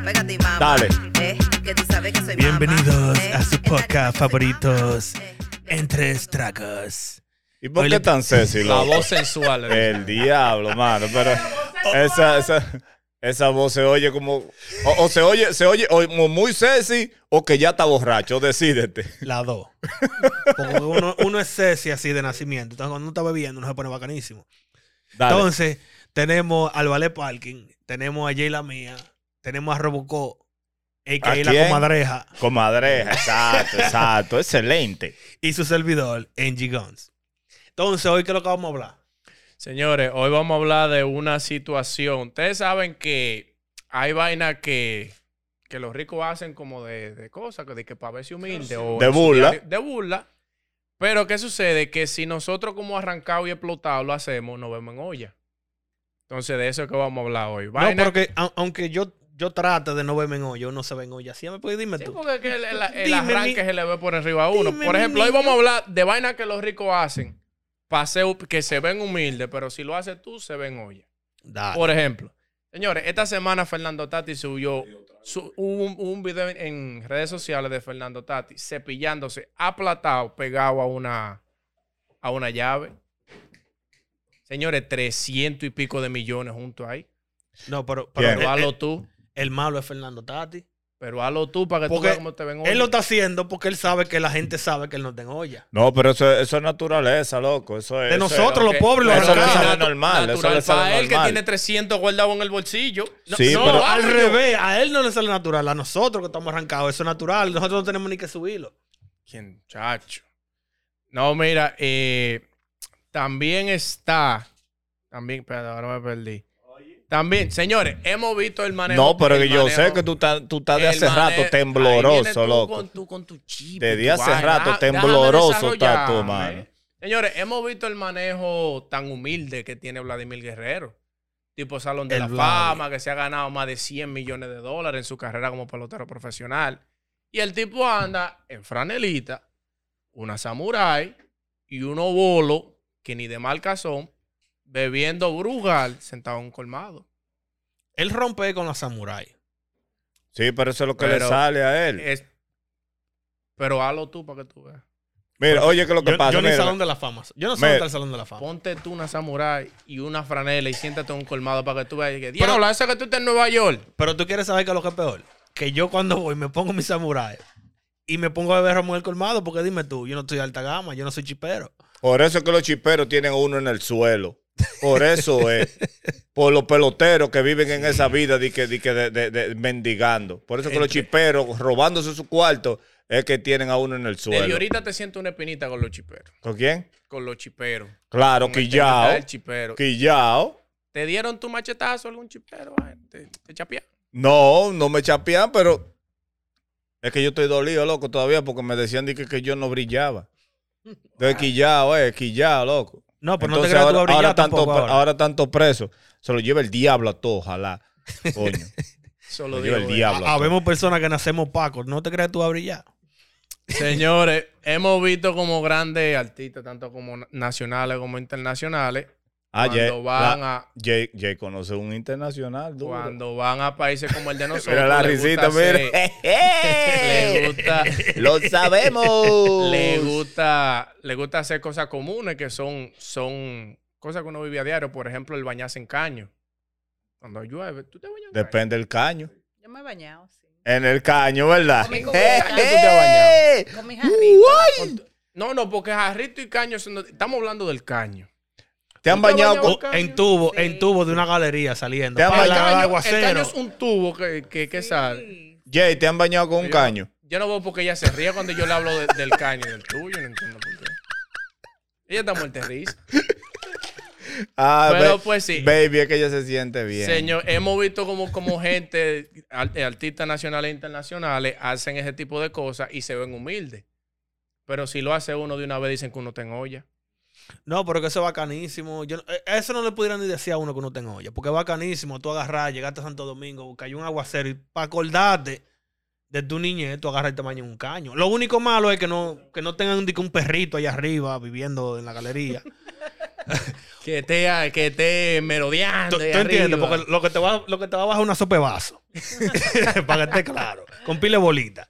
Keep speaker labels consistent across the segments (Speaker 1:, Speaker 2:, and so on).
Speaker 1: Lárgate, mamá.
Speaker 2: Dale.
Speaker 1: Eh, que tú sabes que soy mamá.
Speaker 3: Bienvenidos
Speaker 1: Eh,
Speaker 3: a su
Speaker 1: esta que
Speaker 3: podcast
Speaker 1: soy
Speaker 3: favoritos,
Speaker 1: mamá. Eh,
Speaker 3: Entre Estragos.
Speaker 2: ¿Y por
Speaker 3: Hoy
Speaker 2: qué
Speaker 3: le-
Speaker 2: tan sexy,
Speaker 4: La
Speaker 2: loco?
Speaker 4: voz sensual. eh.
Speaker 2: El diablo, mano. Pero esa, esa, esa voz se oye como. O, o se oye, se oye o como muy sexy o que ya está borracho. Decídete.
Speaker 3: La dos. Porque uno, uno es sexy así de nacimiento. Entonces, cuando uno está bebiendo, uno se pone bacanísimo.
Speaker 2: Dale.
Speaker 3: Entonces, tenemos al Ballet Parking, tenemos a Jay la mía, tenemos a Robocop, a.k.a.
Speaker 2: ¿A
Speaker 3: la
Speaker 2: quién?
Speaker 3: comadreja,
Speaker 2: Comadreja, exacto, exacto. Excelente.
Speaker 3: y su servidor, Angie Guns. Entonces, hoy, ¿qué es lo que vamos a hablar?
Speaker 4: Señores, hoy vamos a hablar de una situación. Ustedes saben que hay vaina que, que los ricos hacen como de, de cosas, que de que para verse humilde o
Speaker 2: De
Speaker 4: en su
Speaker 2: burla.
Speaker 4: diario- De burla. Pero ¿qué sucede? Que si nosotros como arrancado y explotado lo hacemos, nos vemos en olla. Entonces de eso es que vamos a hablar hoy. Vaina-
Speaker 3: No, porque a- aunque yo, yo trate de no verme en hoyo, no se ven hoy. Así me puedes dime
Speaker 4: Sí,
Speaker 3: tú.
Speaker 4: porque es que el, el- el
Speaker 3: Dime,
Speaker 4: arranque
Speaker 3: mi-
Speaker 4: se le ve por arriba a uno.
Speaker 3: dime,
Speaker 4: por
Speaker 3: mi
Speaker 4: ejemplo, hoy
Speaker 3: niño.
Speaker 4: vamos a hablar de vainas que los ricos hacen pa' ser hu- que se ven humildes, pero si lo haces tú, se ven olla.
Speaker 3: Dale.
Speaker 4: Por ejemplo, señores, esta semana Fernando Tati subió su- hubo un, un video en, en redes sociales de Fernando Tati cepillándose, aplatado, pegado a una, a una llave. Señores, 300 y pico de millones junto ahí.
Speaker 3: No, pero, pero
Speaker 2: Bien.
Speaker 3: el,
Speaker 4: Pero hazlo
Speaker 3: el-
Speaker 4: tú.
Speaker 3: el malo es Fernando Tati.
Speaker 4: Pero hazlo tú para que tú
Speaker 3: Porque
Speaker 4: veas cómo te ven hoy.
Speaker 3: Él lo está haciendo porque él sabe que la gente sabe que él no tiene olla.
Speaker 2: No, pero eso, eso es naturaleza, loco. Eso es,
Speaker 3: De
Speaker 2: eso es-
Speaker 3: nosotros, los pobres, los
Speaker 2: Eso le
Speaker 3: arrancados.
Speaker 2: sale normal. Eso
Speaker 4: Natural
Speaker 2: le sale
Speaker 4: para él que
Speaker 2: normal.
Speaker 4: tiene 300 guardado en el bolsillo. No,
Speaker 2: Sí,
Speaker 4: no,
Speaker 2: pero-
Speaker 3: al
Speaker 4: coño.
Speaker 3: revés, a él no le sale natural, a nosotros que estamos arrancados, eso es natural, nosotros no tenemos ni que subirlo.
Speaker 4: ¿Quién, chacho? No, mira, eh, también está. También, pero ahora me perdí. También, señores, hemos visto el manejo.
Speaker 2: No, pero
Speaker 4: el
Speaker 2: que yo sé
Speaker 4: manejo-
Speaker 2: que tú estás, tú estás de
Speaker 4: el
Speaker 2: hace
Speaker 4: manejo-
Speaker 2: rato
Speaker 4: Ahí vienes
Speaker 2: tembloroso,
Speaker 4: tú
Speaker 2: loco.
Speaker 4: Con tu, con tu chip,
Speaker 2: Desde
Speaker 4: tu
Speaker 2: hace
Speaker 4: vaina.
Speaker 2: rato
Speaker 4: Ah,
Speaker 2: tembloroso
Speaker 4: déjame
Speaker 2: está tu
Speaker 4: desarrollarme.
Speaker 2: mano.
Speaker 4: Señores, hemos visto el manejo tan humilde que tiene Vladimir Guerrero. Tipo Salón de
Speaker 3: El
Speaker 4: la
Speaker 3: Vladi.
Speaker 4: Fama, que se ha ganado más de 100 millones de dólares en su carrera como pelotero profesional. Y el tipo anda en franelita, una samurai y uno bolo que ni de marca son, bebiendo brugal sentado en un colmado.
Speaker 3: Él rompe con la samuráis.
Speaker 2: Sí, pero eso es lo que le
Speaker 4: Pero- eh,
Speaker 2: sale a él.
Speaker 4: Es- Pero hazlo tú para que tú veas.
Speaker 2: Mira, oye, que lo que
Speaker 3: Yo,
Speaker 2: pasa.
Speaker 3: yo ni
Speaker 2: mira.
Speaker 3: salón de la fama, yo no sé
Speaker 2: Mira.
Speaker 3: dónde está el salón de la fama.
Speaker 4: Ponte tú una samurai y una franela y siéntate en un colmado para que tú veas. Que,
Speaker 3: Pero-
Speaker 4: Diablo, esa que tú estás en Nueva York.
Speaker 3: Pero tú quieres saber que lo que es peor, que yo cuando voy me pongo mi samurái y me pongo a beber Ramón el Colmado, porque dime tú, yo no estoy de alta gama, yo no soy chipero.
Speaker 2: Por eso es que los chiperos tienen uno en el suelo. Por eso es. Por los peloteros que viven en esa vida de, que, de, que de- de- de- mendigando. Por eso es que los chiperos robándose su cuarto es que tienen a uno en el
Speaker 4: Desde
Speaker 2: suelo.
Speaker 4: ahorita te siento una espinita con los chiperos.
Speaker 2: ¿Con quién?
Speaker 4: Con los chiperos.
Speaker 2: Claro,
Speaker 4: Con el tema
Speaker 2: Quillao.
Speaker 4: del chipero.
Speaker 2: Quillao.
Speaker 4: ¿Te dieron tu machetazo algún chipero? Ay, ¿Te, te chapearon?
Speaker 2: No, no me chapean, pero es que yo estoy dolido, loco, todavía porque me decían de que, que yo no brillaba. Entonces, quillao, eh, quillao, loco.
Speaker 3: No, pero
Speaker 2: Entonces,
Speaker 3: no te creas tú
Speaker 2: ahora,
Speaker 3: a brillar
Speaker 2: ahora tanto,
Speaker 3: tampoco
Speaker 2: pre-
Speaker 3: ahora.
Speaker 2: ahora tanto preso. Se lo lleva el diablo a todo, ojalá. Coño.
Speaker 4: Solo
Speaker 2: Lo
Speaker 4: digo.
Speaker 2: lleva el
Speaker 4: eh.
Speaker 2: diablo.
Speaker 3: Ah, Habemos personas que nacemos pacos, no te creas tú a brillar.
Speaker 4: Señores, hemos visto como grandes artistas, tanto como na- nacionales como internacionales,
Speaker 2: Ah, Jay,
Speaker 4: cuando van
Speaker 2: la-
Speaker 4: a...
Speaker 2: Jay- Jay conoce un internacional, duro.
Speaker 4: Cuando van a países como el de nosotros.
Speaker 2: Mira la
Speaker 4: les gusta
Speaker 2: risita, mira.
Speaker 4: hacer- Le gusta,
Speaker 2: ¡Lo sabemos!
Speaker 4: le gusta, le gusta hacer cosas comunes que son, son cosas que uno vive a diario. Por ejemplo, el bañarse en caño. Cuando llueve, tú te bañas en caño?
Speaker 2: Depende del caño.
Speaker 1: Yo me he bañado, sí.
Speaker 2: En el caño, ¿verdad?
Speaker 1: Con mi
Speaker 2: ¡Eh,
Speaker 1: cubeta.
Speaker 2: eh!
Speaker 1: ¿Tú te
Speaker 4: has
Speaker 1: Con mi jarrito.
Speaker 4: No, no, porque jarrito y caño, son- estamos hablando del caño.
Speaker 2: ¿Te han
Speaker 4: ¿Tú te
Speaker 2: bañado
Speaker 4: bañas
Speaker 2: con,
Speaker 3: O en tubo,
Speaker 1: Sí.
Speaker 3: en tubo de una galería saliendo.
Speaker 2: Te han
Speaker 3: Pala,
Speaker 4: el, caño
Speaker 3: Ah, aguacero.
Speaker 4: el caño es un tubo que, que, que sale.
Speaker 1: Sí.
Speaker 2: Jay, ¿te han bañado con un
Speaker 4: Yo-
Speaker 2: caño?
Speaker 4: Yo no veo por qué ella se ríe cuando yo le hablo de- del caño y del tuyo. No entiendo por qué. Ella está muerta de risa.
Speaker 2: Ah,
Speaker 4: Pero
Speaker 2: ba-
Speaker 4: pues sí.
Speaker 2: Baby, es que ella se siente bien.
Speaker 4: Señor, hemos visto como, como gente, ar- artistas nacionales e internacionales, hacen ese tipo de cosas y se ven humildes. Pero si lo hace uno de una vez, dicen que uno está en olla.
Speaker 3: No, pero que eso es bacanísimo. Yo no- eh, eso no le pudieran ni decir a uno que uno tenga olla. Porque es bacanísimo. Tú agarrar, llegaste a Santo Domingo, cayó un aguacero. Y para acordarte de tu niñez, tú agarras el tamaño de un caño. Lo único malo es que no, que no tengan ni que un perrito allá arriba viviendo en la galería.
Speaker 4: Que esté, que esté merodeando.
Speaker 3: ¿Tú, tú entiendes? Porque lo que te va, lo que te va a bajar es una sopa de vaso. Para que esté claro. Con pile bolita.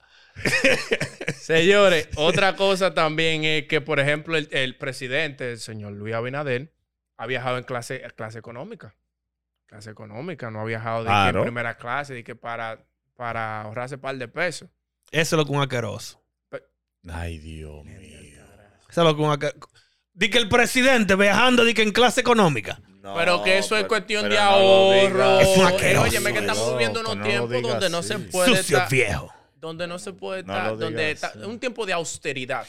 Speaker 4: Señores, otra cosa también es que, por ejemplo, el, el presidente, el señor Luis Abinader, ha viajado en clase, clase económica. Clase económica, no ha viajado de que
Speaker 2: Claro.
Speaker 4: en primera clase, de que para, para ahorrarse par de pesos.
Speaker 3: Eso es lo que un asqueroso.
Speaker 2: Ay, Dios mío.
Speaker 3: Eso es lo que un asqueroso. Di que el presidente viajando di que en clase económica.
Speaker 4: pero que eso es
Speaker 2: pero-
Speaker 4: cuestión
Speaker 2: pero
Speaker 4: de
Speaker 2: no lo digas
Speaker 4: ahorro.
Speaker 3: Es un
Speaker 2: así,
Speaker 4: Eh,
Speaker 3: asqueroso.
Speaker 4: óyeme, que estamos
Speaker 2: loco,
Speaker 4: viviendo unos
Speaker 2: no lo
Speaker 4: tiempos
Speaker 2: digas
Speaker 4: donde no se
Speaker 2: así.
Speaker 4: puede
Speaker 3: Sucio
Speaker 4: estar-
Speaker 3: viejo.
Speaker 4: donde no se puede
Speaker 2: No
Speaker 4: estar,
Speaker 2: lo
Speaker 4: donde
Speaker 2: digas,
Speaker 4: está,
Speaker 2: sí.
Speaker 4: un tiempo de austeridad.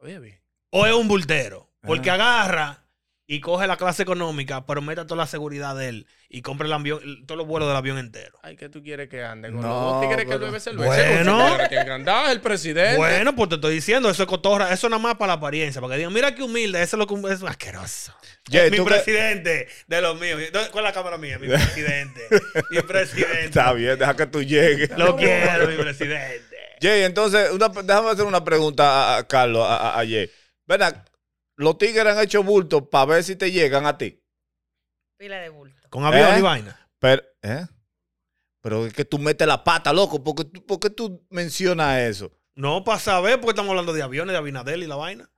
Speaker 4: Oye, bien.
Speaker 3: O es un bultero. Porque
Speaker 2: Ah.
Speaker 3: agarra y coge la clase económica, pero meta toda la seguridad de él y compra el avión, el- todos los vuelos del avión entero.
Speaker 4: Ay, ¿qué tú quieres que ande? ¿Con
Speaker 2: No,
Speaker 4: los dos tigres que
Speaker 2: pero-
Speaker 4: bebe cerveza?
Speaker 3: Bueno.
Speaker 4: ¿Con los tigres que andaba el presidente?
Speaker 3: Bueno, pues te estoy diciendo, eso es cotorra, eso nada más para la apariencia, para que digan, mira qué humilde, eso es lo que un- es asqueroso.
Speaker 2: Jay,
Speaker 3: Es mi
Speaker 2: Eh, ¿tú qué-
Speaker 3: presidente de los míos. ¿Dónde- ¿Cuál es la cámara mía? Mi presidente. mi presidente.
Speaker 2: Está bien, deja que tú llegues.
Speaker 3: Lo quiero, mi presidente.
Speaker 2: Jay, entonces, una- déjame hacer una pregunta a, a Carlos, a, a- a Jay. Ven acá, los tigres han hecho bulto para ver si te llegan a ti.
Speaker 1: Pila de bulto.
Speaker 3: Con avión
Speaker 2: ¿Eh?
Speaker 3: y vaina.
Speaker 2: Pero, ¿eh? Pero es que tú metes la pata, loco. ¿Por qué, tú- por qué tú mencionas eso?
Speaker 3: No, para saber, porque estamos hablando de aviones, de Abinadel y la vaina.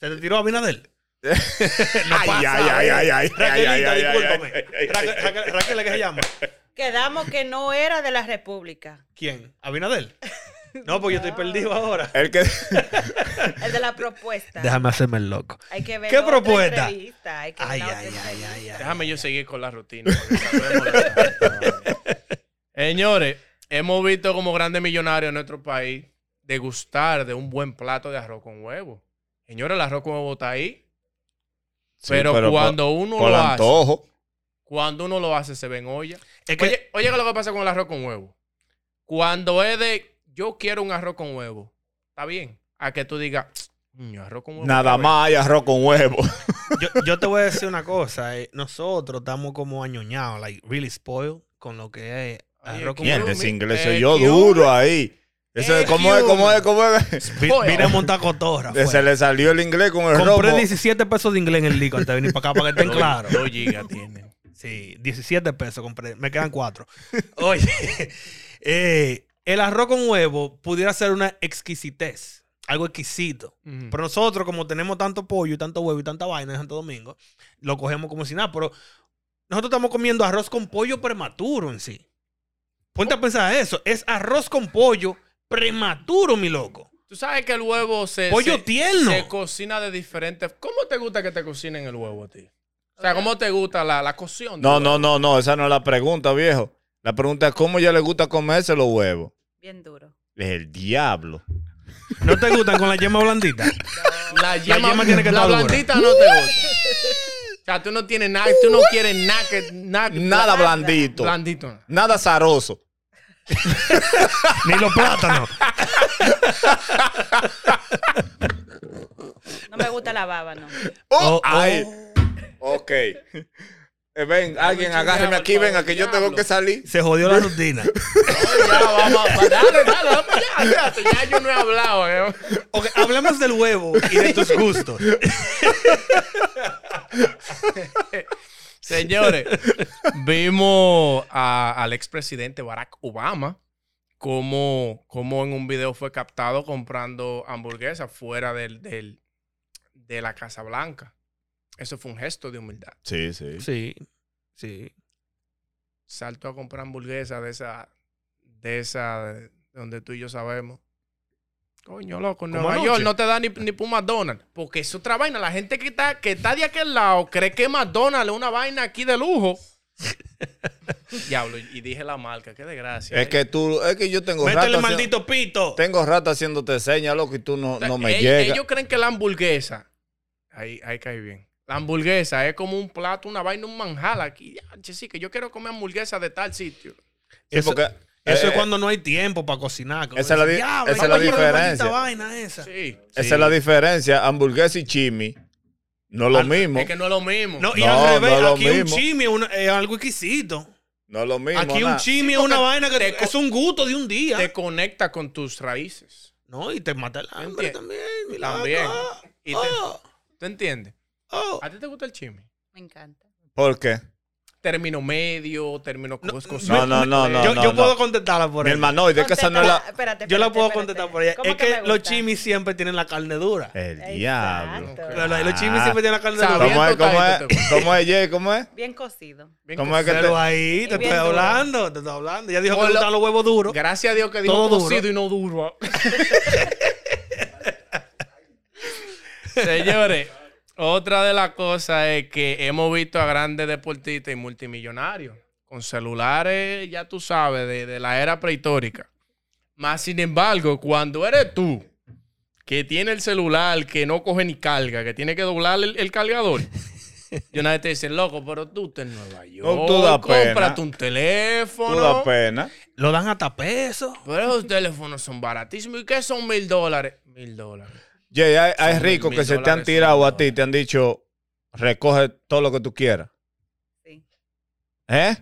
Speaker 3: ¿Se te tiró Abinadel? no
Speaker 2: Ay,
Speaker 3: pasa,
Speaker 2: ay, ay,
Speaker 3: eh.
Speaker 2: ay, ay, ay,
Speaker 3: Raquelita,
Speaker 2: ay, ay,
Speaker 3: discúlpame.
Speaker 2: ay, ay,
Speaker 3: Raquel, Raquel, Raquel, ¿qué se llama?
Speaker 1: Quedamos que no era de la República.
Speaker 3: ¿Quién? ¿Abinadel? No, porque yo estoy perdido ahora.
Speaker 2: El que.
Speaker 1: El de la propuesta.
Speaker 3: hacerme el loco.
Speaker 1: Hay que ver
Speaker 3: ¿Qué
Speaker 1: la otra
Speaker 3: propuesta?
Speaker 1: entrevista, hay que ver
Speaker 3: Ay,
Speaker 1: la otra
Speaker 3: ay, ay,
Speaker 1: entrevista.
Speaker 3: ay, ay.
Speaker 4: Déjame yo seguir con la rutina. porque sabemos lo que- Señores, hemos visto como grandes millonarios en nuestro país degustar de un buen plato de arroz con huevo. Señores, el arroz con huevo está ahí.
Speaker 2: Sí,
Speaker 4: pero,
Speaker 2: por-
Speaker 4: cuando uno
Speaker 2: por
Speaker 4: lo hace,
Speaker 2: antojo.
Speaker 4: cuando uno lo hace, se ven olla.
Speaker 3: Es que
Speaker 4: Oye, oye, ¿qué es lo que pasa con el arroz con huevo? Cuando es de yo quiero un arroz con huevo, está bien. A que tú digas, "Mm, arroz con huevo.
Speaker 2: Nada
Speaker 4: está
Speaker 2: más hay arroz con huevo.
Speaker 3: yo, yo te voy a decir una cosa. eh, Nosotros estamos como añoñados, like really spoiled con lo que es
Speaker 4: Oye,
Speaker 3: arroz con
Speaker 4: ¿quién?
Speaker 3: huevo.
Speaker 2: Ese
Speaker 4: mi-
Speaker 2: inglés
Speaker 4: eh,
Speaker 2: soy yo
Speaker 4: ¿qué
Speaker 2: duro ahí. Eso es
Speaker 4: Eh,
Speaker 2: como es,
Speaker 4: ¿qué
Speaker 2: como es,
Speaker 4: hubo?
Speaker 2: como es.
Speaker 4: bien". Spoiler.
Speaker 3: Vine a montar cotorra. fue.
Speaker 2: Se le salió el inglés con el
Speaker 3: Compré
Speaker 2: robo.
Speaker 3: 17 pesos de inglés en el lico antes de venir para acá, para que estén
Speaker 4: Dos-
Speaker 3: claros.
Speaker 4: Dos gigas tienen.
Speaker 3: Sí, 17 pesos compré. Me quedan 4. Oye, eh, el arroz con huevo pudiera ser una exquisitez, algo exquisito.
Speaker 4: Ujú.
Speaker 3: Pero nosotros, como tenemos tanto pollo y tanto huevo y tanta vaina en Santo Domingo, lo cogemos como si nada. Pero nosotros estamos comiendo arroz con pollo prematuro en sí. Ponte a pensar eso. Es arroz con pollo prematuro, mi loco.
Speaker 4: Tú sabes que el huevo se.
Speaker 3: Pollo
Speaker 4: se-
Speaker 3: tierno.
Speaker 4: Se cocina de diferentes. ¿Cómo te gusta que te cocinen el huevo a ti? O sea, ¿cómo te gusta la, la cocción?
Speaker 2: No, no, no, no. Esa no es la pregunta, viejo. La pregunta es cómo ya le gusta comerse los huevos.
Speaker 1: Bien duro.
Speaker 2: Es el diablo.
Speaker 3: ¿No te gustan con la yema blandita?
Speaker 4: La yema,
Speaker 3: yema tiene que
Speaker 4: la
Speaker 3: estar dura.
Speaker 4: blandita no te gusta. O sea, tú no tienes nada, tú no quieres nada que- nada-
Speaker 2: Nada blandito.
Speaker 4: blandito.
Speaker 2: Nada zaroso.
Speaker 3: Ni los plátanos.
Speaker 1: No me gusta la baba, no.
Speaker 2: Oh,
Speaker 3: Oh, oh.
Speaker 2: ay. Ok. Eh, ven, alguien agárreme aquí, venga, que yo tengo que salir.
Speaker 3: Se jodió la rutina.
Speaker 4: Oye, ya, vamos, a- Ah, pues dale, dale, vamos allá, espérate, ya yo no he hablado. eh.
Speaker 3: Ok, hablemos del huevo y de tus gustos.
Speaker 4: Señores, vimos a- al expresidente Barack Obama como, como en un video fue captado comprando hamburguesas fuera del, del- de la Casa Blanca. Eso fue un gesto de humildad.
Speaker 2: Sí, sí.
Speaker 3: Sí, sí.
Speaker 4: Salto a comprar hamburguesas de esa, de esa, donde tú y yo sabemos. Coño, loco, en
Speaker 3: Como
Speaker 4: Nueva
Speaker 3: anoche.
Speaker 4: York no te da ni, ni por McDonald's. Porque es otra vaina. La gente que está, que está de aquel lado cree que McDonald's es una vaina aquí de lujo. Diablo, y y dije la marca, qué desgracia.
Speaker 2: Es
Speaker 4: ¿eh?
Speaker 2: que tú, es que yo tengo rato.
Speaker 3: Métele
Speaker 2: haci-
Speaker 3: maldito pito.
Speaker 2: Tengo rato haciéndote señas, loco, y tú no,
Speaker 4: O sea,
Speaker 2: no me
Speaker 4: ell-
Speaker 2: llegas.
Speaker 4: Ellos creen que la hamburguesa. Ahí, ahí cae bien. La hamburguesa es como un plato, una vaina, un manjal aquí. Ya, che, Sí, que yo quiero comer hamburguesa de tal sitio.
Speaker 2: Sí,
Speaker 3: Eso-
Speaker 2: porque,
Speaker 3: Eso
Speaker 2: eh,
Speaker 3: es cuando no hay tiempo para cocinar. Como
Speaker 2: esa es la
Speaker 3: dicen,
Speaker 2: di-
Speaker 3: "Diablo,
Speaker 2: esa es
Speaker 3: vamos
Speaker 2: la
Speaker 3: a poner
Speaker 2: diferencia".
Speaker 3: maldita vaina esa.
Speaker 4: Sí.
Speaker 2: Esa
Speaker 4: sí.
Speaker 2: es la diferencia. Hamburguesa y chimi no es lo mismo.
Speaker 4: Es que no es lo mismo.
Speaker 3: No, y
Speaker 2: No,
Speaker 3: al revés,
Speaker 2: no es lo
Speaker 3: aquí un
Speaker 2: mismo.
Speaker 3: chimi es, una- es algo exquisito.
Speaker 2: No es lo mismo.
Speaker 3: Aquí un
Speaker 2: nada.
Speaker 3: chimi
Speaker 4: Sí,
Speaker 3: es una
Speaker 4: porque
Speaker 3: vaina que
Speaker 4: te
Speaker 3: te-
Speaker 4: co-
Speaker 3: es un gusto de un día.
Speaker 4: te conecta con tus raíces.
Speaker 3: no, y te mata el hambre
Speaker 4: Entiendo.
Speaker 3: también. mi
Speaker 4: También.
Speaker 3: loco.
Speaker 4: Y te-
Speaker 3: Oh,
Speaker 4: ¿Tú entiendes?
Speaker 3: oh.
Speaker 4: ¿A ti te gusta el chisme?
Speaker 1: Me encanta.
Speaker 2: ¿Por qué?
Speaker 4: término medio, término cos- cosas.
Speaker 2: No, no, no, no.
Speaker 3: yo
Speaker 2: no,
Speaker 3: yo
Speaker 2: no.
Speaker 3: puedo contestarla por
Speaker 2: Mi
Speaker 3: ahí.
Speaker 2: hermanoide, que esa no es la.
Speaker 1: Espérate,
Speaker 3: yo la
Speaker 1: espérate,
Speaker 3: puedo
Speaker 1: espérate.
Speaker 3: contestar por ahí.
Speaker 1: ¿Cómo
Speaker 3: Es que,
Speaker 1: me
Speaker 3: los
Speaker 1: gusta?
Speaker 3: chimis siempre tienen la carne dura.
Speaker 2: El
Speaker 1: Exacto.
Speaker 2: diablo.
Speaker 3: Pero los- Los chimis
Speaker 2: Ah.
Speaker 3: siempre tienen la carne
Speaker 4: Sabe.
Speaker 3: dura.
Speaker 2: ¿Cómo es?
Speaker 4: Bien
Speaker 2: ¿Cómo
Speaker 4: tocadito,
Speaker 2: es? ¿Cómo es, Jay? ¿Cómo es?
Speaker 1: Bien cocido.
Speaker 4: Bien
Speaker 2: ¿Cómo es que
Speaker 4: cocido.
Speaker 3: Pero ahí te
Speaker 1: Y bien
Speaker 3: estoy
Speaker 1: dura.
Speaker 3: hablando, te estoy hablando. Ya dijo que
Speaker 4: Por
Speaker 3: le
Speaker 4: lo-
Speaker 3: gustan los huevos duros.
Speaker 4: Gracias a Dios que dijo
Speaker 3: Todo duro.
Speaker 4: cocido y no duro. Señores, otra de las cosas es que hemos visto a grandes deportistas y multimillonarios con celulares, ya tú sabes, de, de la era prehistórica. Más sin embargo, cuando eres tú que tiene el celular que no coge ni carga, que tiene que doblar el, el cargador. Y una vez te dicen, loco, pero tú estás en Nueva York.
Speaker 2: tú da pena.
Speaker 4: cómprate un teléfono.
Speaker 2: Tú da pena.
Speaker 3: Lo dan hasta peso.
Speaker 4: Pero esos teléfonos son baratísimos. ¿Y qué son mil dólares? Mil dólares.
Speaker 2: Jay, hay, hay
Speaker 4: Son mil-
Speaker 2: ricos que
Speaker 4: mil
Speaker 2: se te han
Speaker 4: dólares,
Speaker 2: tirado
Speaker 4: son
Speaker 2: a ti y te han dicho, recoge todo lo que tú quieras.
Speaker 1: Sí.
Speaker 2: ¿Eh?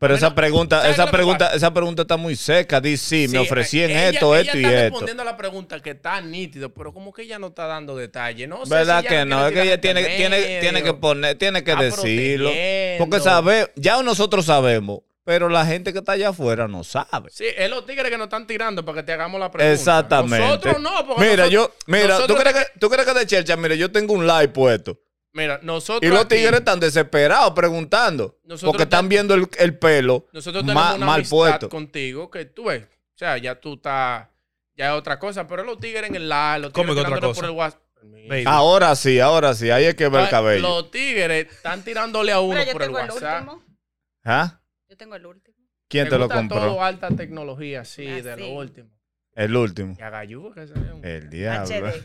Speaker 2: Pero esa pregunta,
Speaker 4: ¿sabes lo
Speaker 2: esa
Speaker 4: que
Speaker 2: pregunta, esa pregunta está muy seca. Dice, sí, me ofrecían
Speaker 4: ella-
Speaker 2: esto,
Speaker 4: ella
Speaker 2: esto y
Speaker 4: está
Speaker 2: esto.
Speaker 4: respondiendo a la pregunta que está nítido, pero como que ella no está dando detalle. No sé
Speaker 2: ¿Verdad
Speaker 4: si
Speaker 2: que
Speaker 4: lo
Speaker 2: no? Es que
Speaker 4: quiere
Speaker 2: ella
Speaker 4: tirar
Speaker 2: tiene,
Speaker 4: al
Speaker 2: tiene, tiene que
Speaker 4: medio. ah,
Speaker 2: poner, tiene que
Speaker 4: Está
Speaker 2: decirlo.
Speaker 4: protegiendo.
Speaker 2: Porque sabe, ya nosotros sabemos, pero la gente que está allá afuera no sabe.
Speaker 4: Sí, es los tigres que nos están tirando para que te hagamos la pregunta.
Speaker 2: Exactamente.
Speaker 4: Nosotros no, porque
Speaker 2: Mira,
Speaker 4: nosotros-
Speaker 2: yo, mira, ¿tú
Speaker 4: nosotros-
Speaker 2: crees, que, tú crees que de Chercha, mira, yo tengo un live puesto.
Speaker 4: Mira, nosotros.
Speaker 2: Y los
Speaker 4: aquí-
Speaker 2: tigres están desesperados preguntando.
Speaker 4: Nosotros
Speaker 2: porque están
Speaker 4: te-
Speaker 2: viendo el, el pelo
Speaker 4: Nosotros
Speaker 2: ma-
Speaker 4: tenemos
Speaker 2: mal,
Speaker 4: una amistad
Speaker 2: puesto.
Speaker 4: contigo que tú ves. O sea, ya tú estás. Ya es otra cosa. Pero los tigres en el live, los
Speaker 3: ¿Cómo
Speaker 4: tigres
Speaker 3: que otra
Speaker 4: tirándole
Speaker 3: cosa?
Speaker 4: por el WhatsApp.
Speaker 3: Baby.
Speaker 2: Ahora sí, ahora sí. Ahí es que ve el cabello.
Speaker 4: Los tigres están tirándole a uno
Speaker 1: Mira, yo
Speaker 4: por el
Speaker 1: tengo el
Speaker 4: WhatsApp.
Speaker 1: último.
Speaker 2: ¿Ah?
Speaker 1: Yo tengo el último.
Speaker 2: ¿Quién
Speaker 4: Me
Speaker 2: te lo
Speaker 4: gusta Todo
Speaker 2: compró?
Speaker 4: alta tecnología, sí,
Speaker 1: Ah,
Speaker 4: de lo
Speaker 1: sí.
Speaker 4: último.
Speaker 2: El último.
Speaker 4: Y a Gallú, que se ve un
Speaker 2: El diablo.
Speaker 1: HD.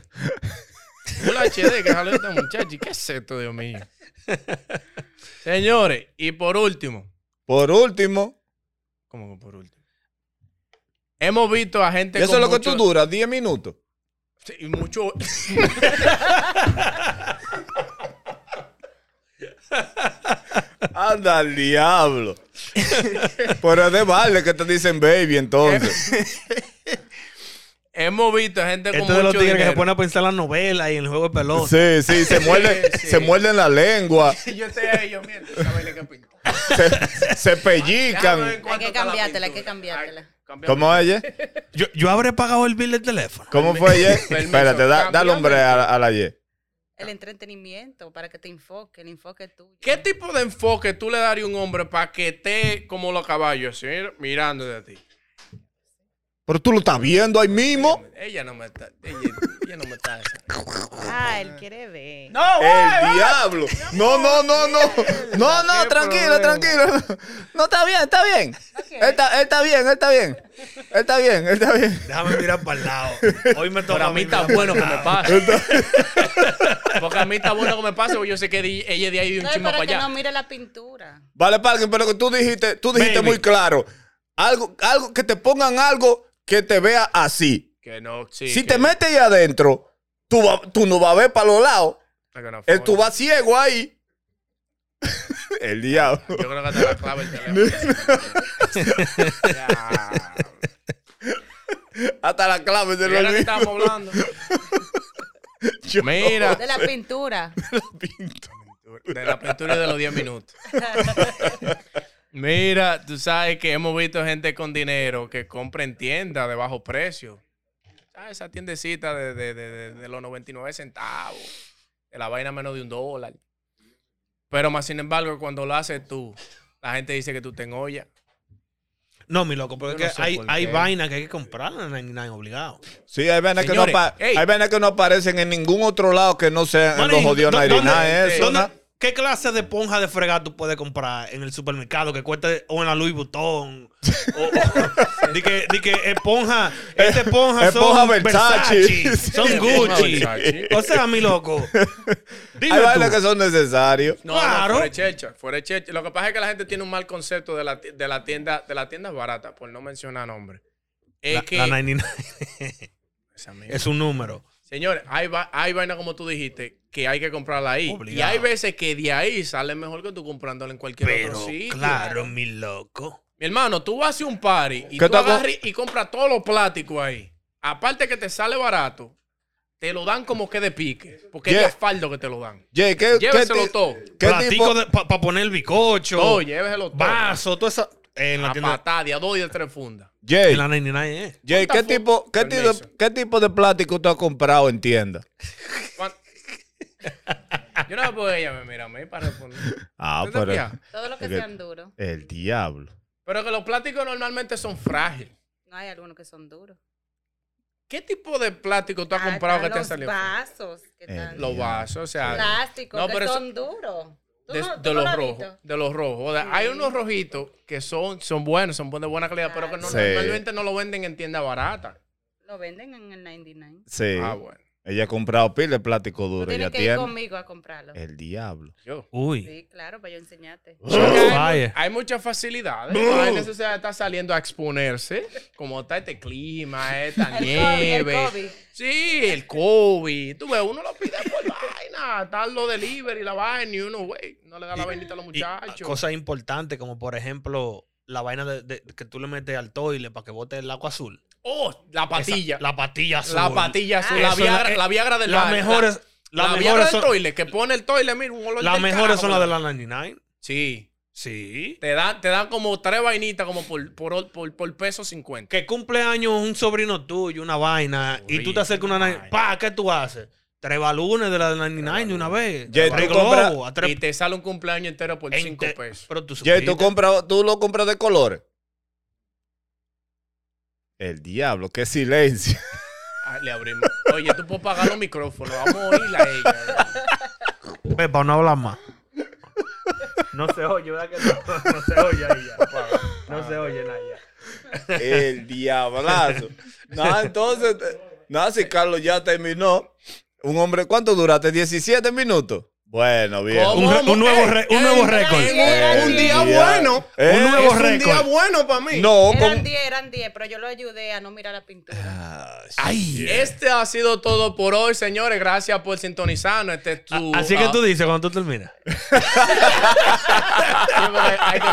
Speaker 4: Full HD, que jale este muchacho. ¿Y ¿Qué es esto, Dios mío? Señores, y por último.
Speaker 2: Por último,
Speaker 4: ¿Cómo que por último? Hemos visto a gente
Speaker 2: eso
Speaker 4: con
Speaker 2: es lo que
Speaker 4: mucho-
Speaker 2: tú duras, 10 minutos.
Speaker 4: Sí, y mucho.
Speaker 2: Anda al diablo. Pero es de vale que te dicen baby entonces.
Speaker 4: Hemos visto a gente con
Speaker 3: Esto de los
Speaker 4: mucho
Speaker 3: tigres que se
Speaker 4: dinero.
Speaker 3: ponen a pensar en las novelas y en el juego de pelota.
Speaker 2: Sí, sí, se muerden,
Speaker 4: sí.
Speaker 2: se muerden la lengua,
Speaker 4: Y yo estoy ahí, yo miento, esa vaina que pinta.
Speaker 2: se, se
Speaker 4: Déjame ver
Speaker 2: pellican.
Speaker 4: cuánto
Speaker 1: Hay que
Speaker 4: está la
Speaker 1: cambiártela, hay que
Speaker 4: pintura.
Speaker 1: cambiártela.
Speaker 4: Ay, cambiamos.
Speaker 2: ¿Cómo es, Ye?
Speaker 3: Yo, yo habré pagado el bill del teléfono.
Speaker 2: ¿Cómo fue, Ye?
Speaker 4: Permiso,
Speaker 2: Espérate, da, da nombre a, la- a la Ye.
Speaker 1: El entretenimiento para que te enfoque, el enfoque es tuyo.
Speaker 4: Ah. ¿Qué tipo de enfoque tú le darías a un hombre para que esté como los caballos, así, mirando de ti?
Speaker 2: Pero tú lo estás viendo ahí mismo.
Speaker 4: Ella no me está. Ella, ella no me está.
Speaker 1: Ah, él quiere ver.
Speaker 4: ¡No,
Speaker 2: El diablo. No, no, no, no. No, no,
Speaker 4: Qué
Speaker 2: tranquilo,
Speaker 4: problema.
Speaker 2: tranquilo. No está bien, está bien. Él está, él está bien, él está bien. Él está bien, él está bien.
Speaker 3: Déjame mirar para el lado. Hoy me toca
Speaker 4: Pero a mí está
Speaker 3: mirar pa'l
Speaker 4: bueno que me
Speaker 2: Ah.
Speaker 3: lado.
Speaker 4: pase. Porque a mí está bueno que me pase, porque yo sé que di- ella de ahí de un
Speaker 1: No, es
Speaker 4: chisme
Speaker 1: para
Speaker 4: para
Speaker 1: que no
Speaker 4: allá.
Speaker 1: mire la pintura.
Speaker 2: Vale, Parkin, pero que tú dijiste, tú dijiste
Speaker 3: Baby.
Speaker 2: muy claro. Algo, algo, que te pongan algo que te vea así.
Speaker 4: Que no, sí.
Speaker 2: si
Speaker 4: que-
Speaker 2: te metes ahí adentro, tú, va- tú no vas a ver para los lados.
Speaker 4: que no,
Speaker 2: Él, tú
Speaker 4: favor.
Speaker 2: vas ciego ahí. El diablo.
Speaker 4: Yo creo que está la clave el teléfono. Ya.
Speaker 2: Hasta la clave se
Speaker 4: ¿De
Speaker 2: lo
Speaker 4: lo que
Speaker 2: olvidó.
Speaker 4: estábamos hablando? Mira,
Speaker 1: De la pintura.
Speaker 4: de la pintura de los 10 minutos. Mira, tú sabes que hemos visto gente con dinero que compra en tiendas de bajo precio. Ah, Esa tiendecita de, de- de- de- de los 99 centavos, de la vaina menos de un dólar. Pero más sin embargo, cuando lo haces tú, la gente dice que tú te olla.
Speaker 3: No, mi loco, porque
Speaker 4: Yo no
Speaker 3: es que
Speaker 4: sé
Speaker 3: hay,
Speaker 4: por
Speaker 3: hay
Speaker 4: qué.
Speaker 3: vainas que hay que comprar en nada obligado.
Speaker 2: Sí, hay venas, que no
Speaker 4: Señores,
Speaker 2: apa-
Speaker 4: ey.
Speaker 2: hay venas que no aparecen en ningún otro lado que no sean en
Speaker 3: Bueno,
Speaker 2: los
Speaker 3: y
Speaker 2: jodidos
Speaker 3: ¿dó-
Speaker 2: Nairina,
Speaker 3: dónde- eh,
Speaker 2: eso.
Speaker 3: dónde-
Speaker 2: ¿no?
Speaker 3: ¿Qué clase de ponja de fregar tú puedes comprar en el supermercado que cueste o en la Louis Vuitton? O, o- di que, di que esponja, esta esponja son
Speaker 2: Esponja Versace.
Speaker 3: Versace, son Gucci.
Speaker 4: Esponja Versace.
Speaker 3: O sea, mi loco, dime
Speaker 2: Hay vainas
Speaker 3: tú.
Speaker 2: que son necesarios.
Speaker 4: No,
Speaker 3: Claro.
Speaker 4: no, fuera de checha, fuera de checha. Lo que pasa es que la gente tiene un mal concepto de la, ti- de la tienda, de las tiendas baratas, por no mencionar nombres. Es
Speaker 3: La-
Speaker 4: que
Speaker 3: la 99
Speaker 4: Esa misma.
Speaker 3: es un número.
Speaker 4: Señores, hay, va- hay vaina como tú dijiste que hay que comprarla ahí.
Speaker 3: Obligado.
Speaker 4: Y hay veces que de ahí sale mejor que tú comprándola en cualquier
Speaker 3: Pero,
Speaker 4: otro sitio.
Speaker 3: claro, mi loco.
Speaker 4: Mi hermano, tú vas a hacer un party y
Speaker 2: ¿Qué
Speaker 4: tú
Speaker 2: tal con-
Speaker 4: agarras y compras todos los plásticos ahí. Aparte que te sale barato, te lo dan como que de pique. Porque
Speaker 2: Yeah.
Speaker 4: es de faldo que te lo dan.
Speaker 2: Jay, ¿qué, qué
Speaker 4: Lléveselo
Speaker 2: ti-
Speaker 4: todo.
Speaker 2: ¿Qué tipo?
Speaker 3: Platico para poner el bicocho.
Speaker 4: Todo, lléveselo todo.
Speaker 3: vaso, todo eso. En la
Speaker 4: a
Speaker 3: tienda.
Speaker 4: patada, de a dos y de tres fundas.
Speaker 2: Jay,
Speaker 3: En la 99, eh.
Speaker 2: Jay, ¿qué
Speaker 4: ¿Cuánta fu-
Speaker 2: tipo, qué, tipo,
Speaker 4: Permiso.
Speaker 2: ¿qué tipo de plástico usted ha comprado en tienda?
Speaker 4: Cuan- Yo no puedo ella me mira a mí para responder.
Speaker 2: Ah,
Speaker 4: ¿Tú te
Speaker 2: pero
Speaker 4: fijas?
Speaker 1: Todo lo que
Speaker 2: Porque-
Speaker 1: sean duros.
Speaker 2: el diablo.
Speaker 4: Pero que los plásticos normalmente son frágiles.
Speaker 1: No hay algunos que son duros.
Speaker 4: ¿Qué tipo de plástico tú has
Speaker 1: Ah,
Speaker 4: comprado que
Speaker 1: están
Speaker 4: te ha
Speaker 1: los
Speaker 4: salido?
Speaker 1: vasos que
Speaker 2: Eh,
Speaker 1: están
Speaker 4: Los vasos, o sea,
Speaker 1: plásticos
Speaker 4: No,
Speaker 1: que
Speaker 4: pero eso-
Speaker 1: son duros. ¿Tú
Speaker 4: de,
Speaker 1: no- tú
Speaker 4: de
Speaker 1: no lo
Speaker 4: los
Speaker 1: has
Speaker 4: rojos.
Speaker 1: visto?
Speaker 4: De los rojos. O sea, Hay unos rojitos que son, son buenos, son de buena calidad, pero que no-
Speaker 2: Sí.
Speaker 4: normalmente no lo venden en tienda barata.
Speaker 1: Lo venden en el 99.
Speaker 2: Sí.
Speaker 4: Ah, bueno.
Speaker 2: Ella ha comprado pila de plástico
Speaker 1: Tú
Speaker 2: duro. Ella
Speaker 1: tienes que ir
Speaker 2: tiene. Eh,
Speaker 1: conmigo a comprarlo.
Speaker 2: El diablo.
Speaker 4: Yo.
Speaker 3: Uy.
Speaker 1: Sí, claro, para yo enseñarte.
Speaker 4: O sea, que hay mu-
Speaker 3: Vaya.
Speaker 4: Hay muchas facilidades. No hay necesidad de estar saliendo a exponerse. Como está este clima, esta
Speaker 1: El
Speaker 4: nieve.
Speaker 1: COVID, el COVID.
Speaker 4: Sí, el COVID. Tú ves, uno lo pide por vaina. Está lo delivery, la vaina. Y uno, güey, no le da la
Speaker 3: Y-
Speaker 4: bendita a los
Speaker 3: Y
Speaker 4: muchachos.
Speaker 3: cosas importantes como, por ejemplo, la vaina de, de- que tú le metes al toile para que bote el agua azul.
Speaker 4: Oh, la
Speaker 3: Esa-
Speaker 4: patilla.
Speaker 3: la patilla azul.
Speaker 4: la patilla azul. la,
Speaker 3: Eso es
Speaker 4: viagra,
Speaker 3: eh,
Speaker 4: la viagra del
Speaker 3: Las
Speaker 4: baño,
Speaker 3: mejores,
Speaker 4: La,
Speaker 3: las
Speaker 4: la viagra
Speaker 3: mejores
Speaker 4: del
Speaker 3: son,
Speaker 4: toile. Que pone el toile, mira, un olor
Speaker 3: las
Speaker 4: del
Speaker 3: mejores son las
Speaker 4: carajo,
Speaker 3: de la 99.
Speaker 4: Sí.
Speaker 3: Sí.
Speaker 4: Te dan, te dan como tres vainitas como por, por, por, por peso 50.
Speaker 3: Que cumpleaños un sobrino tuyo, una vaina, y tú te acercas a una
Speaker 4: Horrible,
Speaker 3: vaina. Pa, ¿qué tú haces? Tres balones de la 99 de una vez.
Speaker 2: Ya,
Speaker 3: Tres
Speaker 2: tú compras-
Speaker 3: globos, a
Speaker 4: Y
Speaker 3: tres
Speaker 4: te sale un cumpleaños entero por
Speaker 3: en
Speaker 4: 5
Speaker 3: te-
Speaker 4: pesos.
Speaker 3: Pero tú
Speaker 2: Jay, ¿tú,
Speaker 3: supiste.
Speaker 2: compras- ¿tú lo compras de colores? El diablo, qué silencio.
Speaker 4: Ah, le abrimos. Oye, tú puedes pagar los micrófonos. Vamos a oírla a ella.
Speaker 3: Pepa, no hablas más. No se oye, ¿verdad que no? No se oye ahí No se oye Naya.
Speaker 2: El diablazo. No, entonces, eh, no, si Carlos ya terminó. Un hombre, ¿cuánto duraste? 17 minutos. Bueno, bien.
Speaker 4: ¿Cómo?
Speaker 3: Un, re- un nuevo, re- un
Speaker 4: Eh,
Speaker 3: nuevo récord.
Speaker 1: Eran
Speaker 2: Un
Speaker 1: diez.
Speaker 2: día bueno.
Speaker 3: Un
Speaker 2: Eh,
Speaker 3: nuevo
Speaker 4: es un día
Speaker 3: récord.
Speaker 4: bueno para mí.
Speaker 2: No,
Speaker 1: Eran
Speaker 2: con...
Speaker 1: 10, eran 10, pero yo lo ayudé a no mirar la pintura.
Speaker 2: Ah,
Speaker 3: Ay.
Speaker 4: Este ha sido todo por hoy, señores. Gracias por sintonizarnos. Este es tu.
Speaker 3: A- Así que
Speaker 4: ah,
Speaker 3: tú dices cuando tú terminas.
Speaker 4: sí, porque hay que-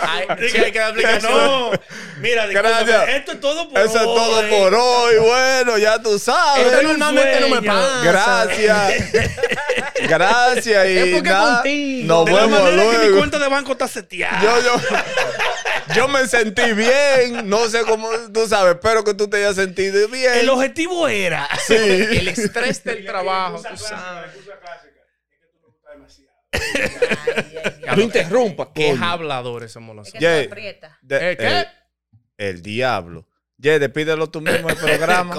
Speaker 4: hay- sí, hay que dar explicación.
Speaker 3: Mira,
Speaker 2: discúlpame, Gracias.
Speaker 3: Esto es todo por
Speaker 2: Eso es todo por hoy. Bueno, ya tú sabes.
Speaker 4: Esto normalmente no me
Speaker 3: sueño.
Speaker 4: pasa.
Speaker 2: Gracias. Gracias y
Speaker 4: Es porque
Speaker 2: nada.
Speaker 4: contigo.
Speaker 2: Nos
Speaker 3: De la
Speaker 2: vemos
Speaker 3: manera que mi
Speaker 2: luego.
Speaker 3: cuenta de banco está seteada.
Speaker 2: Yo, yo, yo me sentí bien. No sé cómo tú sabes. Espero que tú te hayas sentido
Speaker 3: El
Speaker 2: bien.
Speaker 3: objetivo era.
Speaker 2: Sí.
Speaker 4: El estrés del trabajo, tú sabes.
Speaker 2: No interrumpa.
Speaker 4: Qué
Speaker 2: coño.
Speaker 4: habladores somos los.
Speaker 1: Es que
Speaker 2: Jay.
Speaker 1: se aprieta.
Speaker 2: De-
Speaker 4: Eh, ¿Qué?
Speaker 2: el, el diablo. Ye, despídelo tú mismo el programa.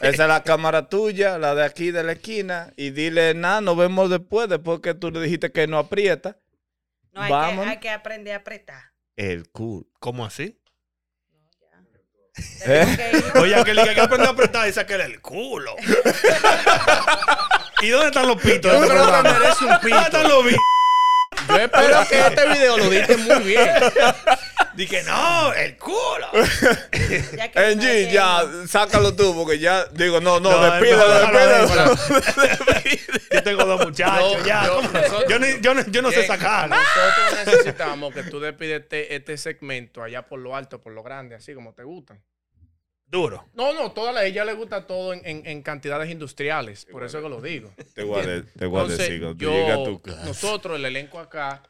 Speaker 2: Esa es la cámara tuya, la de aquí de la esquina. Y dile, nada, nos vemos después, después que tú le dijiste que no aprieta.
Speaker 1: No, hay
Speaker 2: Vamos.
Speaker 1: que, hay que aprender a apretar.
Speaker 2: El cool.
Speaker 3: ¿Cómo así?
Speaker 1: Tenemos que ir.
Speaker 3: Oye, aquel día que aprende a apretar y saca el culo. ¿Y dónde están los pitos? de
Speaker 4: Yo
Speaker 3: este
Speaker 4: creo que
Speaker 3: programa?
Speaker 4: merece un
Speaker 3: ¿Dónde
Speaker 4: pito.
Speaker 3: están los pitos?
Speaker 4: Yo espero que este video lo diste muy bien.
Speaker 3: Dije, no, el culo.
Speaker 1: Ya que no hay
Speaker 2: Angie,
Speaker 1: que-
Speaker 2: ya, sácalo tú, porque ya, digo, no, no,
Speaker 3: No,
Speaker 2: despídelo,
Speaker 3: no, déjalo,
Speaker 2: despídelo.
Speaker 3: Yo tengo dos muchachos,
Speaker 4: No,
Speaker 3: ya.
Speaker 4: yo-
Speaker 3: ¿cómo?
Speaker 4: nosotros-
Speaker 3: Yo, ni- yo, ni- yo no sé
Speaker 4: Bien,
Speaker 3: sacar.
Speaker 4: Eh, Nosotros necesitamos que tú despides este, este segmento allá por lo alto, por lo grande, así como te gustan.
Speaker 3: Duro.
Speaker 4: No, no, toda la- ella le gusta todo en, en- en cantidades industriales, por eso que lo digo.
Speaker 2: Te voy a, de- te voy a
Speaker 4: Entonces,
Speaker 2: decir, cuando tú
Speaker 4: yo-
Speaker 2: llegas a tu casa.
Speaker 4: nosotros, el elenco acá,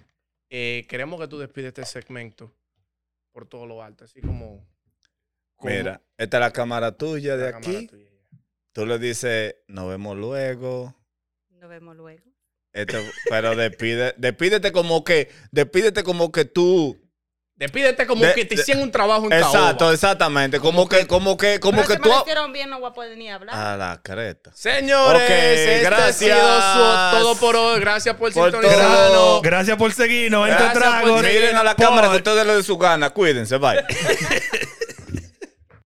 Speaker 4: eh, queremos que tú despides este segmento por todo lo alto, así como... como
Speaker 2: Mira, esta es la cámara tuya de
Speaker 4: la cámara
Speaker 2: aquí.
Speaker 4: tuya.
Speaker 2: Tú le dices, nos vemos luego.
Speaker 1: Nos vemos luego.
Speaker 2: Esto- pero despide, despídete como que, despídete como que tú.
Speaker 4: Despídete como
Speaker 2: De-
Speaker 4: que te
Speaker 2: de-
Speaker 4: hicieron un trabajo en
Speaker 2: Exacto,
Speaker 4: Taoba.
Speaker 2: exactamente. Como que, como que, como
Speaker 1: Pero
Speaker 2: que
Speaker 1: si
Speaker 2: tú.
Speaker 1: me lo hicieron bien, no voy a poder ni hablar.
Speaker 2: A la creta.
Speaker 4: Señores,
Speaker 2: Ok,
Speaker 4: este
Speaker 2: gracias.
Speaker 4: ha sido su- todo por hoy. Gracias por,
Speaker 2: Por
Speaker 4: sintonizarnos.
Speaker 2: todo.
Speaker 3: Gracias por seguirnos. Entra
Speaker 4: Gracias por
Speaker 3: trago.
Speaker 4: seguirnos.
Speaker 2: Miren a la
Speaker 4: Por-
Speaker 2: cámara que ustedes lo de su gana. Cuídense, bye.